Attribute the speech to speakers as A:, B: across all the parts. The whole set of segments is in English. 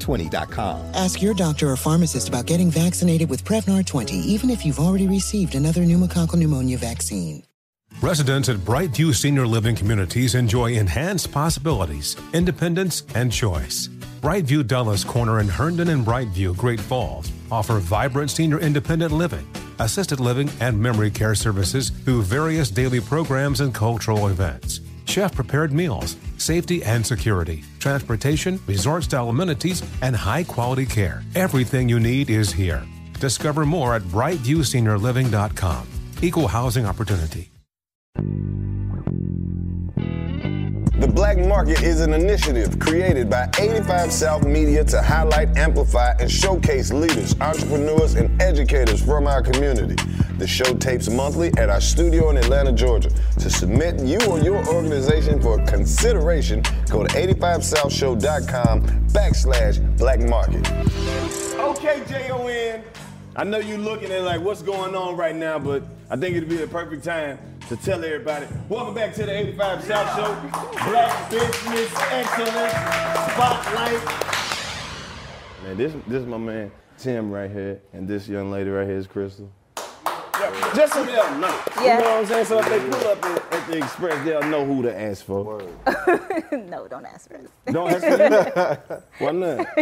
A: 20.com.
B: Ask your doctor or pharmacist about getting vaccinated with Prevnar 20, even if you've already received another pneumococcal pneumonia vaccine.
C: Residents at Brightview Senior Living Communities enjoy enhanced possibilities, independence, and choice. Brightview Dulles Corner in Herndon and Brightview, Great Falls, offer vibrant senior independent living, assisted living, and memory care services through various daily programs and cultural events. Chef prepared meals, safety and security, transportation, resort style amenities, and high quality care. Everything you need is here. Discover more at brightviewseniorliving.com. Equal housing opportunity.
D: The Black Market is an initiative created by 85 South Media to highlight, amplify, and showcase leaders, entrepreneurs, and educators from our community. The show tapes monthly at our studio in Atlanta, Georgia. To submit you or your organization for consideration, go to 85southshow.com backslash black market.
E: Okay, J-O-N, I know you're looking at like what's going on right now, but I think it'd be the perfect time to tell everybody. Welcome back to the 85 South Show. Black Business Excellence Spotlight. Man, this this is my man Tim right here, and this young lady right here is Crystal. Yeah, Just so they'll know.
F: Yeah.
E: You know what I'm saying? So if they pull up at, at the express, they'll know who to ask for.
F: no, don't ask for this.
E: Don't ask for me. Why not?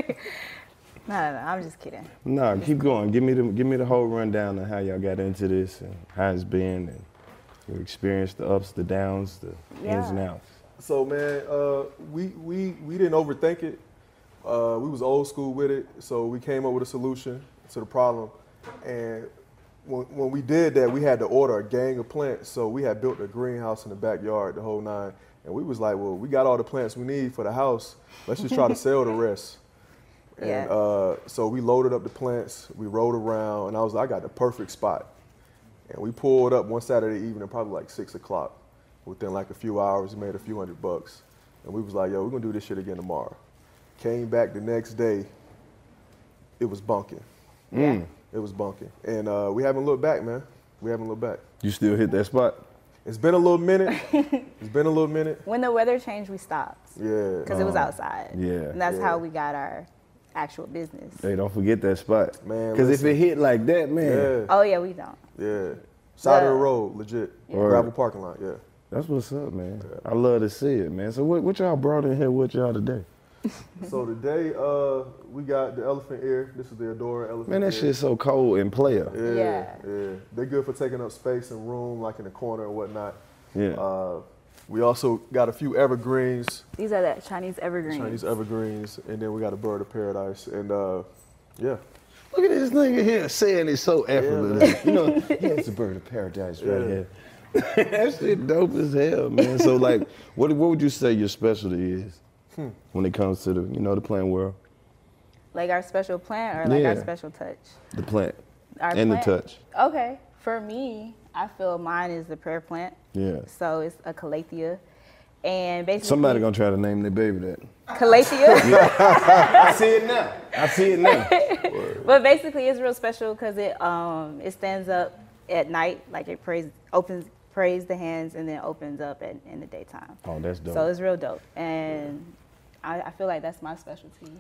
F: No, no, no, I'm just kidding.
E: Nah, keep going. Give me the give me the whole rundown of how y'all got into this and how it's been and your experience, the ups, the downs, the ins and
F: Yeah.
E: outs.
G: So man, uh, we we we didn't overthink it. Uh, we was old school with it, so we came up with a solution to the problem. And when, when we did that, we had to order a gang of plants. So we had built a greenhouse in the backyard, the whole nine. And we was like, well, we got all the plants we need for the house. Let's just try to sell the rest. And
F: Yeah.
G: uh, so we loaded up the plants. We rode around, and I was like, I got the perfect spot. And we pulled up one Saturday evening, probably like six o'clock. Within like a few hours, we made a few hundred bucks. And we was like, yo, we're gonna do this shit again tomorrow. Came back the next day, it was bunking. It was bunking. And uh, we haven't looked back, man. We haven't looked back.
E: You still hit that spot?
G: It's been a little minute. it's been a little minute.
F: When the weather changed, we stopped
G: Yeah.
F: because it was outside.
E: yeah.
F: And that's
G: Yeah.
F: how we got our actual business.
E: Hey, don't forget that spot.
G: Man,
E: Because if
G: listen.
E: it hit like that, man,
G: Yeah.
F: Oh, yeah, we don't.
G: Yeah. Side of
F: The-
G: the road, legit.
E: Word.
G: Gravel parking lot, yeah.
E: that's what's up, man. I love to see it, man. So what, what y'all brought in here with y'all today?
G: So today, uh, we got the elephant ear. This is the Adora elephant
E: Man, that
G: ear.
E: shit's so cold and player.
G: Yeah,
F: Yeah.
G: yeah, They're good for taking up space and room, like in the corner and whatnot.
E: Yeah.
G: Uh, we also got a few evergreens,
F: These are the Chinese evergreens.
G: Chinese evergreens, and then we got a bird of paradise. And uh, yeah,
E: Look at this nigga here saying it's so effortless.
G: man.
E: you know, yeah, it's a bird of paradise right
G: Yeah.
E: here. that shit dope as hell, man. So like, what what would you say your specialty is
G: Hmm.
E: when it comes to the you know the plant world,
F: Like our special plant or like our
E: Yeah.
F: special touch?
E: the plant
F: Our
E: and
F: plant-
E: the touch?
F: Okay. For me, I feel mine is the prayer plant.
E: Yeah.
F: So it's a calathea. And basically,
E: Somebody gonna try to name their baby that.
F: Calathea.
E: I see it now. I see it now.
F: But basically, it's real special because it um, it stands up
H: at night, like it prays opens prays the hands and then opens up at, in the daytime.
C: Oh, that's dope.
H: So it's real dope, and I, I feel like that's my specialty.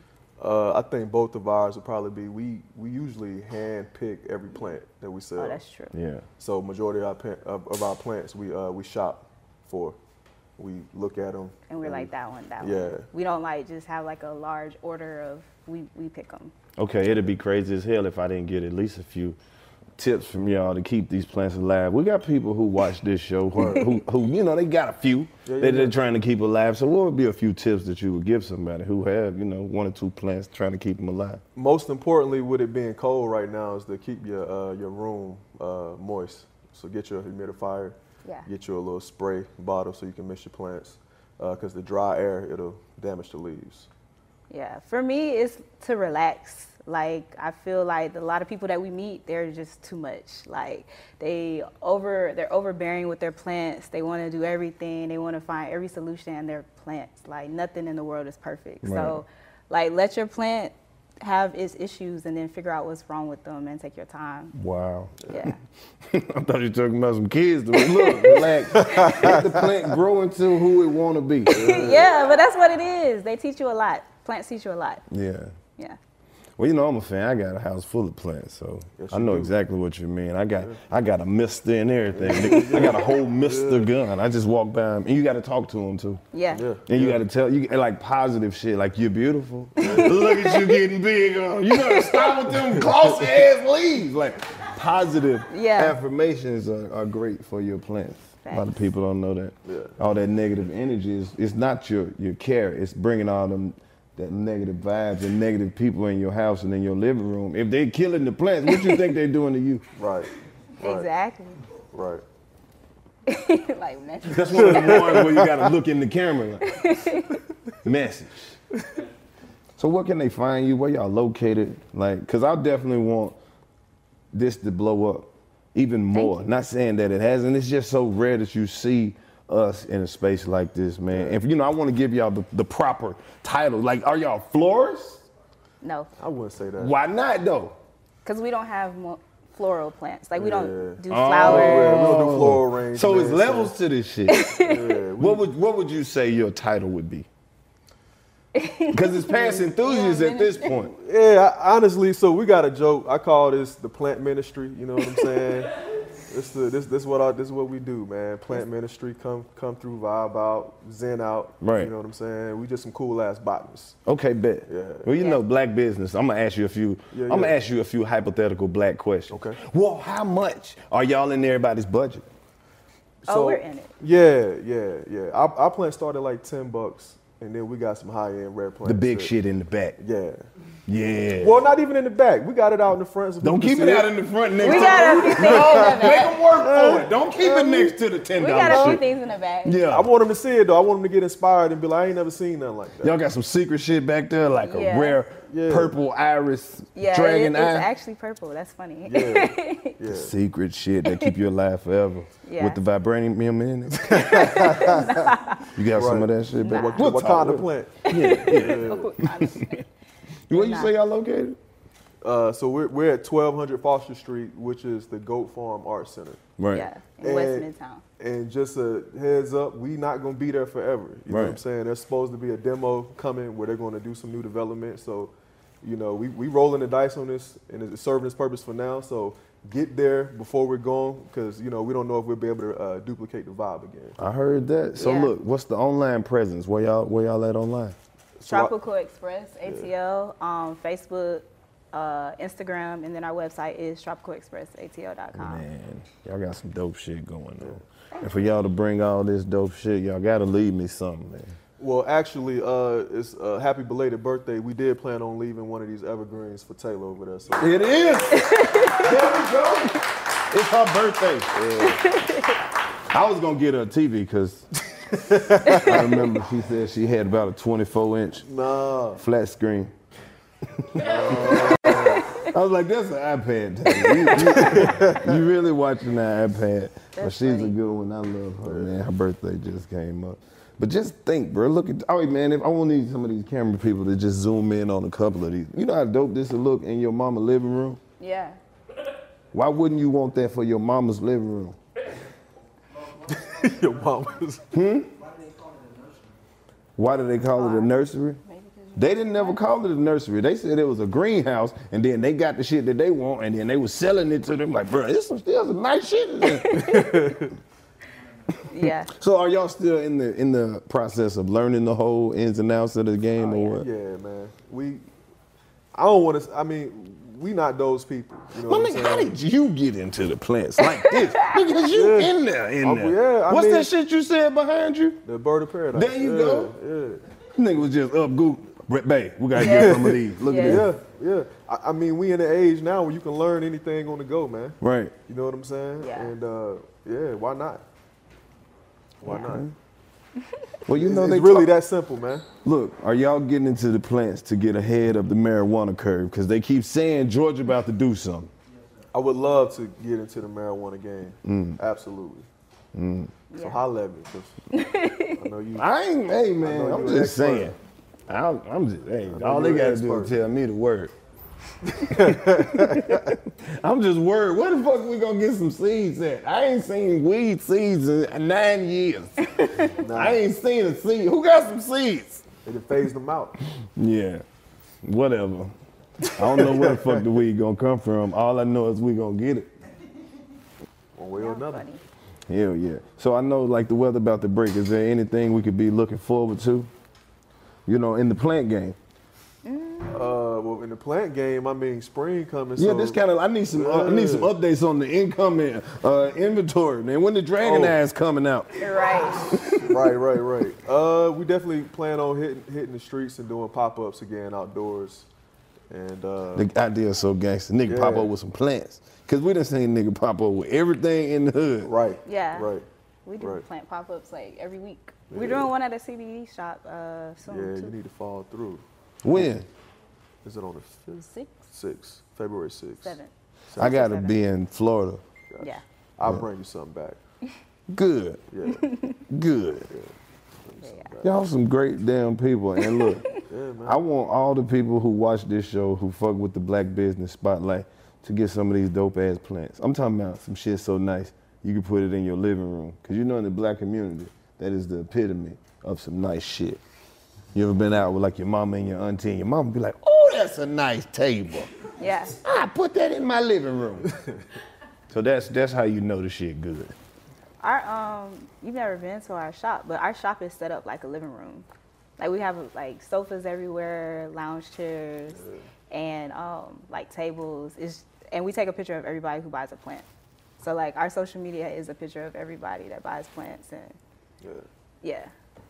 G: Uh, I think both of ours would probably be we we usually hand pick every plant that we sell.
H: Oh, that's true.
C: Yeah.
G: So majority of our plant, of, of our plants we uh, we shop for. We look at them.
H: And we're like that one, that
G: yeah.
H: one. We don't like just have like a large order of we we pick them.
C: Okay, it'd be crazy as hell if I didn't get at least a few tips from y'all to keep these plants alive. We got people who watch this show who, who, who you know, they got a few
G: Yeah, yeah,
C: that they're
G: yeah.
C: trying to keep alive. So what would be a few tips that you would give somebody who have, you know, one or two plants trying to keep them alive?
G: Most importantly, with it being cold right now, is to keep your uh, your room uh, moist. So get your humidifier.
H: Yeah.
G: Get you a little spray bottle so you can mist your plants, because the dry air it'll damage the leaves.
H: Yeah, for me, it's to relax. Like, I feel like a lot of people that we meet, they're just too much. Like, they over, they're overbearing with their plants. They want to do everything. They want to find every solution in their plants. Like, nothing in the world is perfect.
C: Right.
H: So, like, let your plant have its issues and then figure out what's wrong with them and take your time.
C: Wow.
H: Yeah.
C: I thought you were talking about some kids. To look, relax. Let the plant grow into who it want to be.
H: yeah, but that's what it is. They teach you a lot. Plants teach you a lot.
C: Yeah.
H: Yeah.
C: Well, you know, I'm a fan. I got a house full of plants, so
G: Yes,
C: I
G: you
C: know
G: do.
C: exactly what you mean. I got I got a mister and everything. I got a whole mister gun. I just walk by him, and you got to talk to him too.
H: Yeah.
G: Yeah.
C: And you got to tell you like positive shit, like you're beautiful. Look at you getting bigger. You gotta stop with them glossy ass leaves. Like positive
H: Yeah.
C: affirmations are, are great for your plants. A lot of
H: Facts.
C: people don't know that. All that negative energy is it's not your your care. It's bringing all them that negative vibes and negative people in your house and in your living room. If they're killing the plants, what you think they're doing to you?
G: Right. Right.
H: Exactly.
G: Right.
H: like, that's
C: That's one of the ones where you gotta look in the camera. like, message. So where can they find you? Where y'all located? Like, cause I definitely want this to blow up even more. Not saying that it hasn't. It's just so rare that you see us in a space like this, man. If you know, I want to give y'all the, the proper title. Like, are y'all florists?
H: no.
G: I wouldn't say that.
C: Why not though?
H: Because we don't have mo- floral plants. Like, we don't
G: Yeah.
H: do
G: Yeah, we
H: flowers.
G: don't do floral range.
C: Oh. So it's
G: man,
C: levels to this shit. what would what would you say your title would be? Because it's past enthusiasts at this point.
G: Yeah, I, honestly, so we got a joke. I call this the plant ministry. You know what I'm saying? this, the, this, this what I, this is what we do, man. Plant ministry, come, come through, vibe out, zen out.
C: Right. Oh,
G: You know what I'm saying? We just some cool ass botanists.
C: Okay, bet. Well, you know, black business. I'm gonna ask you a few.
G: Yeah,
C: I'm gonna
G: yeah.
C: ask you a few hypothetical black questions.
G: Okay.
C: Well, how much are y'all in everybody's budget?
H: Oh, we're in it.
G: Yeah, yeah, yeah. Our, our plant started like ten bucks, and then we got some high end rare plants.
C: The big
G: that-
C: shit in the back.
G: Yeah.
C: Yeah.
G: Well, not even in the back. We got it out in the front. so
C: Don't
G: people
C: keep
G: can
C: it
G: see
C: out in the front next
H: We
C: to
H: got a
C: the
H: few things in the
C: Make
H: back.
C: them work
G: Uh,
C: for it. Don't keep it next to the ten
H: We got a
C: dollar
H: few
C: shit.
H: things in the back.
C: Yeah.
G: I want them to see it though. I want them to get inspired and be like, I ain't never seen nothing like that.
C: Y'all got some secret shit back there, like a
H: Yeah.
C: rare
G: Yeah.
C: purple iris
H: Yeah,
C: dragon
H: it-
C: eye.
H: it's actually purple. That's funny.
G: Yeah. Yeah.
C: Secret shit that keep you alive forever.
H: Yeah.
C: With the vibranium in it. you got some of that shit back.
G: What,
C: We'll
G: what
C: talk
G: kind of
C: with-
G: plant?
C: Where you say y'all located?
G: Uh, so we're, we're at 1200 Foster Street, which is the Goat Farm Art Center.
C: Right.
H: yeah, in West
G: And-
H: Midtown.
G: And just a heads up, we not gonna be there forever. You know what I'm
C: Right.
G: saying? There's supposed to be a demo coming where they're gonna do some new development. So, you know, we we rolling the dice on this, and it's serving its purpose for now. So get there before we're gone, because you know we don't know if we'll be able to uh, duplicate the vibe again.
C: I heard that. So
H: Yeah.
C: look, what's the online presence? Where y'all where y'all at online?
H: Tropical Express, ATL, um, Facebook, uh, Instagram, and then our website is tropicalexpressatl.com.
C: Man, y'all got some dope shit going on. And for y'all to bring all this dope shit, y'all gotta leave me something, man.
G: Well, actually, uh, it's uh, happy belated birthday. We did plan on leaving one of these evergreens for Taylor over there. So
C: It is. there we go. It's her birthday. I was gonna get her a TV because I remember she said she had about a 24 inch
G: nah.
C: flat screen. I was like, that's an iPad. Taylor. You, you- you really watching that iPad. but she's a good one. I love her, man. Her birthday just came up. But just think, bro. Look at, oh, man, if I want need some of these camera people to just zoom in on a couple of these. You know how dope this would look in your mama living room?
H: Yeah.
G: Why wouldn't you want that for your mama's living room?
I: your mama's.
G: Hmm? Why do they call it a nursery? They didn't never call it a nursery. They said it was a greenhouse, and then they got the shit that they want, and then they was selling it to them like, bro, this is still some nice shit. in there."
F: Yeah.
G: so are y'all still in the in the process of learning the whole ins and outs of the game, or what?
I: Oh, Yeah, man. We, I don't want to. I mean, we not those people. You know
G: My
I: what I'm
G: nigga, how
I: saying?
G: did you get into the plants like this? Because you
I: Yeah.
G: in there, in
I: Oh,
G: there.
I: yeah, I
G: What's
I: mean-
G: that shit you said behind you?
I: The bird of paradise.
G: There you
I: Yeah,
G: go. Yeah. Nigga was just up Goop. Brett Bay, we gotta
I: Yeah.
G: get some of these. Look at
I: yeah,
G: this.
I: yeah. I, I mean, we in the age now where you can learn anything on the go, man.
G: Right.
I: You know what I'm saying? Yeah. And uh, yeah, why not? Why not?
G: Well, you know
I: it's
G: they
I: really
G: talk-
I: that simple, man.
G: Look, are y'all getting into the plants to get ahead of the marijuana curve? Because they keep saying Georgia about to do something.
I: I would love to get into the marijuana game.
G: Mm.
I: Absolutely.
G: Mm.
I: So holla at me, 'cause I know you.
G: I ain't, hey
I: I know
G: man, I'm
I: you an
G: just
I: expert.
G: saying. I'm, I'm just, hey,
I: know
G: all they
I: you're
G: gotta
I: an
G: do is
I: expert.
G: tell me the word. I'm just worried. Where the fuck we gonna get some seeds at? I ain't seen weed seeds in nine years. I ain't seen a seed. Who got some seeds?
I: They just phased them out.
G: Yeah, whatever. I don't know where the fuck the weed gonna come from. All I know is we gonna get it.
I: One way or another.
G: Hell yeah. So I know like the weather about to break. Is there anything we could be looking forward to? You know, in the plant game.
I: Uh, well, in the plant game, I mean, spring coming.
G: yeah,
I: so-
G: this kind of I need some uh, I need some
I: Yeah.
G: updates on the incoming uh, inventory, man. When the dragon
I: Oh.
G: ass coming out?
I: right, right, right. Uh, we definitely plan on hitting hitting the streets and doing pop ups again outdoors, and uh,
G: The idea is so gangster. Nigga pop
I: Yeah.
G: up with some plants. Cause we done seen nigga pop up with everything in the hood.
I: Right.
F: Yeah.
I: Right.
F: We do
I: Right.
F: plant pop ups like every week. We're
I: Yeah.
F: doing one at a CBD shop uh,
I: yeah,
F: soon
I: you
F: too.
I: need to follow through.
G: When?
I: Is it on the fifth?
F: Six?
I: Six. February sixth.
F: Seventh.
G: I gotta be in Florida.
F: Yeah.
I: I'll bring you something back.
G: Good. Good. Y'all some great damn people. And look, I want all the people who watch this show who fuck with the black business spotlight to get some of these dope ass plants. I'm talking about some shit so nice you can put it in your living room. Cause you know in the black community, that is the epitome of some nice shit. You ever been out with like your mama and your auntie and your mama be like, oh, that's a nice table.
F: Yeah.
G: I put that in my living room. so that's that's how you know the shit good.
F: Our um, you've never been to our shop, but our shop is set up like a living room. Like we have like sofas everywhere, lounge chairs, and um, like tables. It's, and we take a picture of everybody who buys a plant. So like our social media is a picture of everybody that buys plants, and yeah,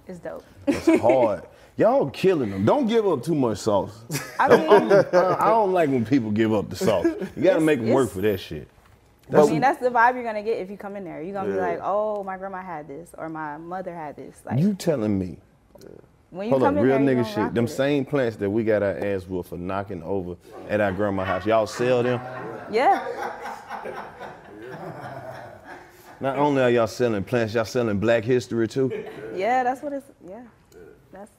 F: it's dope.
G: It's hard. Y'all killing them. Don't give up too much sauce.
F: I
G: Don't-
F: mean-
G: I'm- I I don't like when people give up the sauce. You gotta make them work for that shit.
F: I
G: That's-
F: mean, that's the vibe you're gonna get if you come in there. You're gonna be
G: Yeah.
F: like, oh, my grandma had this, or my mother had this. Like
G: you telling me.
F: when you
G: Hold
F: come
G: on,
F: in
G: real
F: there, you gonna
G: nigga
F: rock
G: shit. Them
F: with it.
G: same plants that we got our ass whooped for knocking over at our grandma house. Y'all sell them.
F: Yeah.
G: Not only are y'all selling plants, y'all selling black history too.
F: Yeah, that's what it's. Yeah. That's.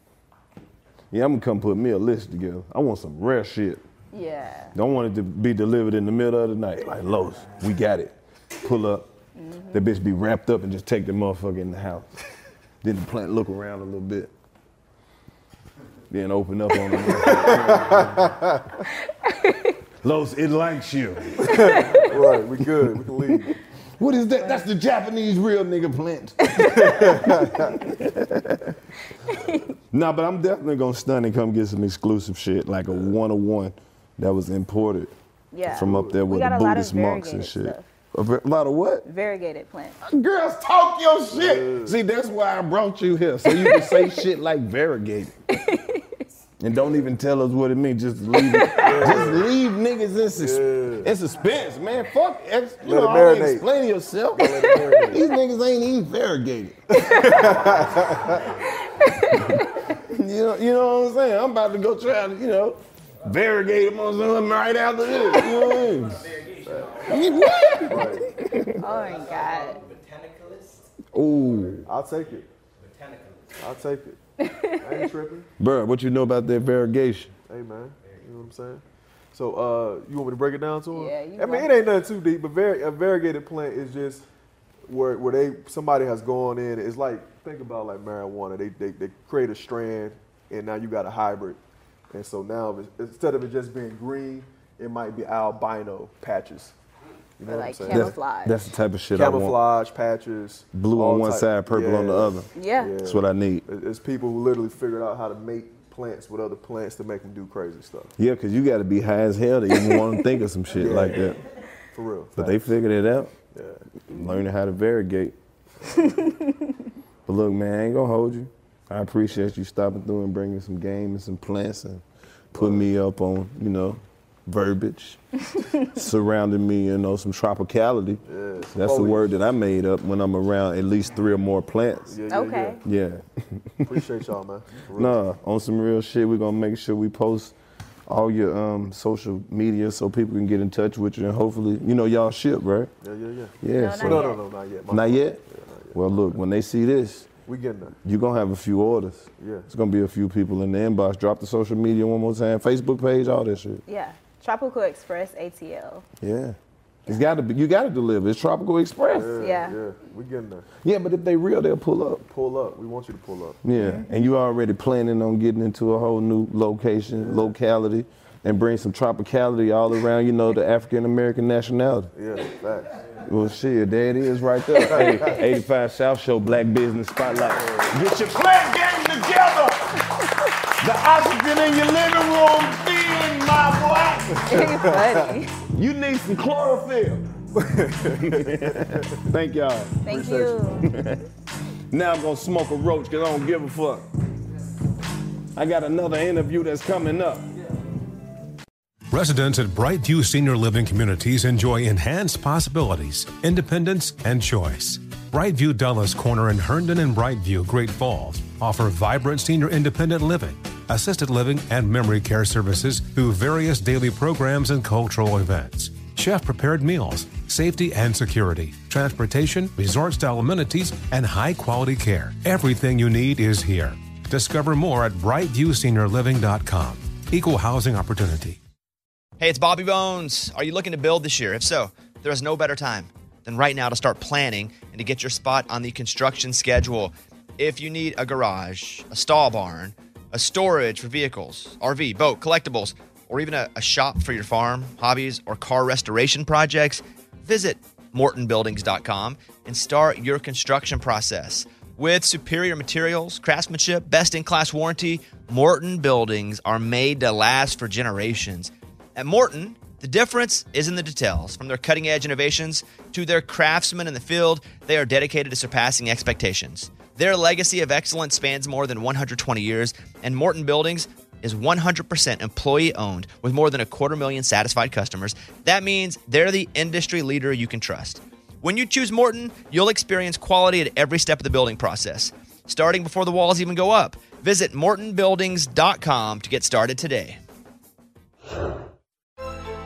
G: Yeah, I'm gonna come put me a list together. I want some rare shit.
F: Yeah.
G: Don't want it to be delivered in the middle of the night. Like, Lowe's, we got it. Pull up.
F: Mm-hmm.
G: That bitch be wrapped up and just take the motherfucker in the house. then the plant look around a little bit. Then open up on the motherfucker. Lowe's, it likes you.
I: right, we good. We can leave.
G: What is that? That's the Japanese real nigga plant. nah, but I'm definitely gonna stun and come get some exclusive shit, like a 101 that was imported
F: Yeah.
G: from up there
F: We
G: with
F: got
G: the
F: a lot of
G: Buddhist monks and shit.
F: variegated
G: A ver- lot of what?
F: Variegated plant.
G: Girls, talk your shit. See, that's why I brought you here, so you can say shit like variegated. and don't even tell us what it means. Just leave it. Just leave niggas in, sus- in suspense, man. Fuck, ex- you
I: Let it
G: know, all that
I: marinate.
G: explain yourself. These niggas ain't even variegated. you, know, you know what I'm saying? I'm about to go try to, you know, variegate them on something right after this. You know what I mean? What?
F: Oh my god.
G: Ooh.
I: I'll take it. I'll take it. I ain't tripping.
G: Bruh, what you know about that variegation?
I: Hey man, you know what I'm saying?
J: So uh, you want me to break it down to her?
K: Yeah, you
J: I mean,
K: break
J: it ain't nothing too deep, but very, a variegated plant is just where where they somebody has gone in. It's like think about like marijuana. They they, they create a strand, and now you got a hybrid, and so now it's- instead of it just being green, it might be albino patches. You know
K: Or
J: what
K: like
J: I'm saying?
K: That's- camouflage.
G: that's the type of shit I want.
J: Camouflage patches.
G: Blue
J: all
G: on one
J: type-
G: side, purple on the
J: Yes.
G: other.
K: Yeah.
G: That's what I need.
J: It- It's people who literally figured out how to make plants with other plants to make them do crazy stuff.
G: Yeah, because you got to be high as hell to even want to think of some shit
J: Yeah.
G: like that.
J: For real.
G: But they figured it out.
J: Yeah.
G: Learning how to variegate. but look, man, I ain't gonna hold you. I appreciate you stopping through and bringing some game and some plants and putting me up on, you know, verbiage, surrounding me, you know, some tropicality.
J: Yeah, some
G: That's a
J: foliage.
G: word that I made up when I'm around at least three or more plants.
J: Yeah, yeah,
K: Okay.
G: Yeah.
J: Appreciate y'all, man. For real.
G: Nah, on some real shit, we're gonna make sure we post all your um, social media so people can get in touch with you and hopefully, you know, y'all ship, right?
J: Yeah, yeah, yeah.
G: Yeah, No, so- not
J: no, no,
G: yet.
J: no, not yet. my
G: Not
J: fault.
G: yet? Well, look, when they see this,
J: We getting there.
G: you're gonna have a few orders.
J: Yeah.
G: It's gonna be a few people in the inbox. Drop the social media one more time Facebook page, all that shit.
K: Yeah. Tropical Express ATL.
G: Yeah. It's gotta be, you gotta deliver. It's Tropical Express. Yeah,
K: Yeah.
J: Yeah, we getting there.
G: but if they real, they'll pull up.
J: Pull up. We want you to pull up.
G: Yeah, and you already planning on getting into a whole new location, locality, and bring some tropicality all around, you know, the African American nationality.
J: Yeah, facts.
G: Well, shit, there it is right there. Hey, 85 South Show Black Business Spotlight. Get your
L: Plant game together. The oxygen in your living room thin, my boy.
K: It's funny.
L: You need some chlorophyll.
G: Thank y'all.
K: Thank you.
G: Now I'm gonna smoke a roach because I don't give a fuck. I got another interview that's coming up.
C: Residents at Brightview Senior Living Communities enjoy enhanced possibilities, independence, and choice. Brightview Dulles Corner in Herndon and Brightview, Great Falls, offer vibrant senior independent living, assisted living, and memory care services through various daily programs and cultural events. Chef prepared meals, safety and security, transportation, resort style amenities, and high quality care. Everything you need is here. Discover more at brightviewseniorliving.com. Equal housing opportunity.
B: Hey, it's Bobby Bones. Are you looking to build this year? If so, there is no better time than right now to start planning and to get your spot on the construction schedule. If you need a garage, a stall barn, a storage for vehicles, RV, boat, collectibles, or even a, a shop for your farm, hobbies, or car restoration projects, visit mortonbuildings.com and start your construction process. With superior materials, craftsmanship, best in class warranty, Morton buildings are made to last for generations. At Morton, the difference is in the details. From their cutting edge innovations to their craftsmen in the field, they are dedicated to surpassing expectations. Their legacy of excellence spans more than 120 years, and Morton Buildings is 100% employee owned with more than a quarter million satisfied customers. That means they're the industry leader you can trust. When you choose Morton, you'll experience quality at every step of the building process, starting before the walls even go up. Visit mortonbuildings.com to get started today.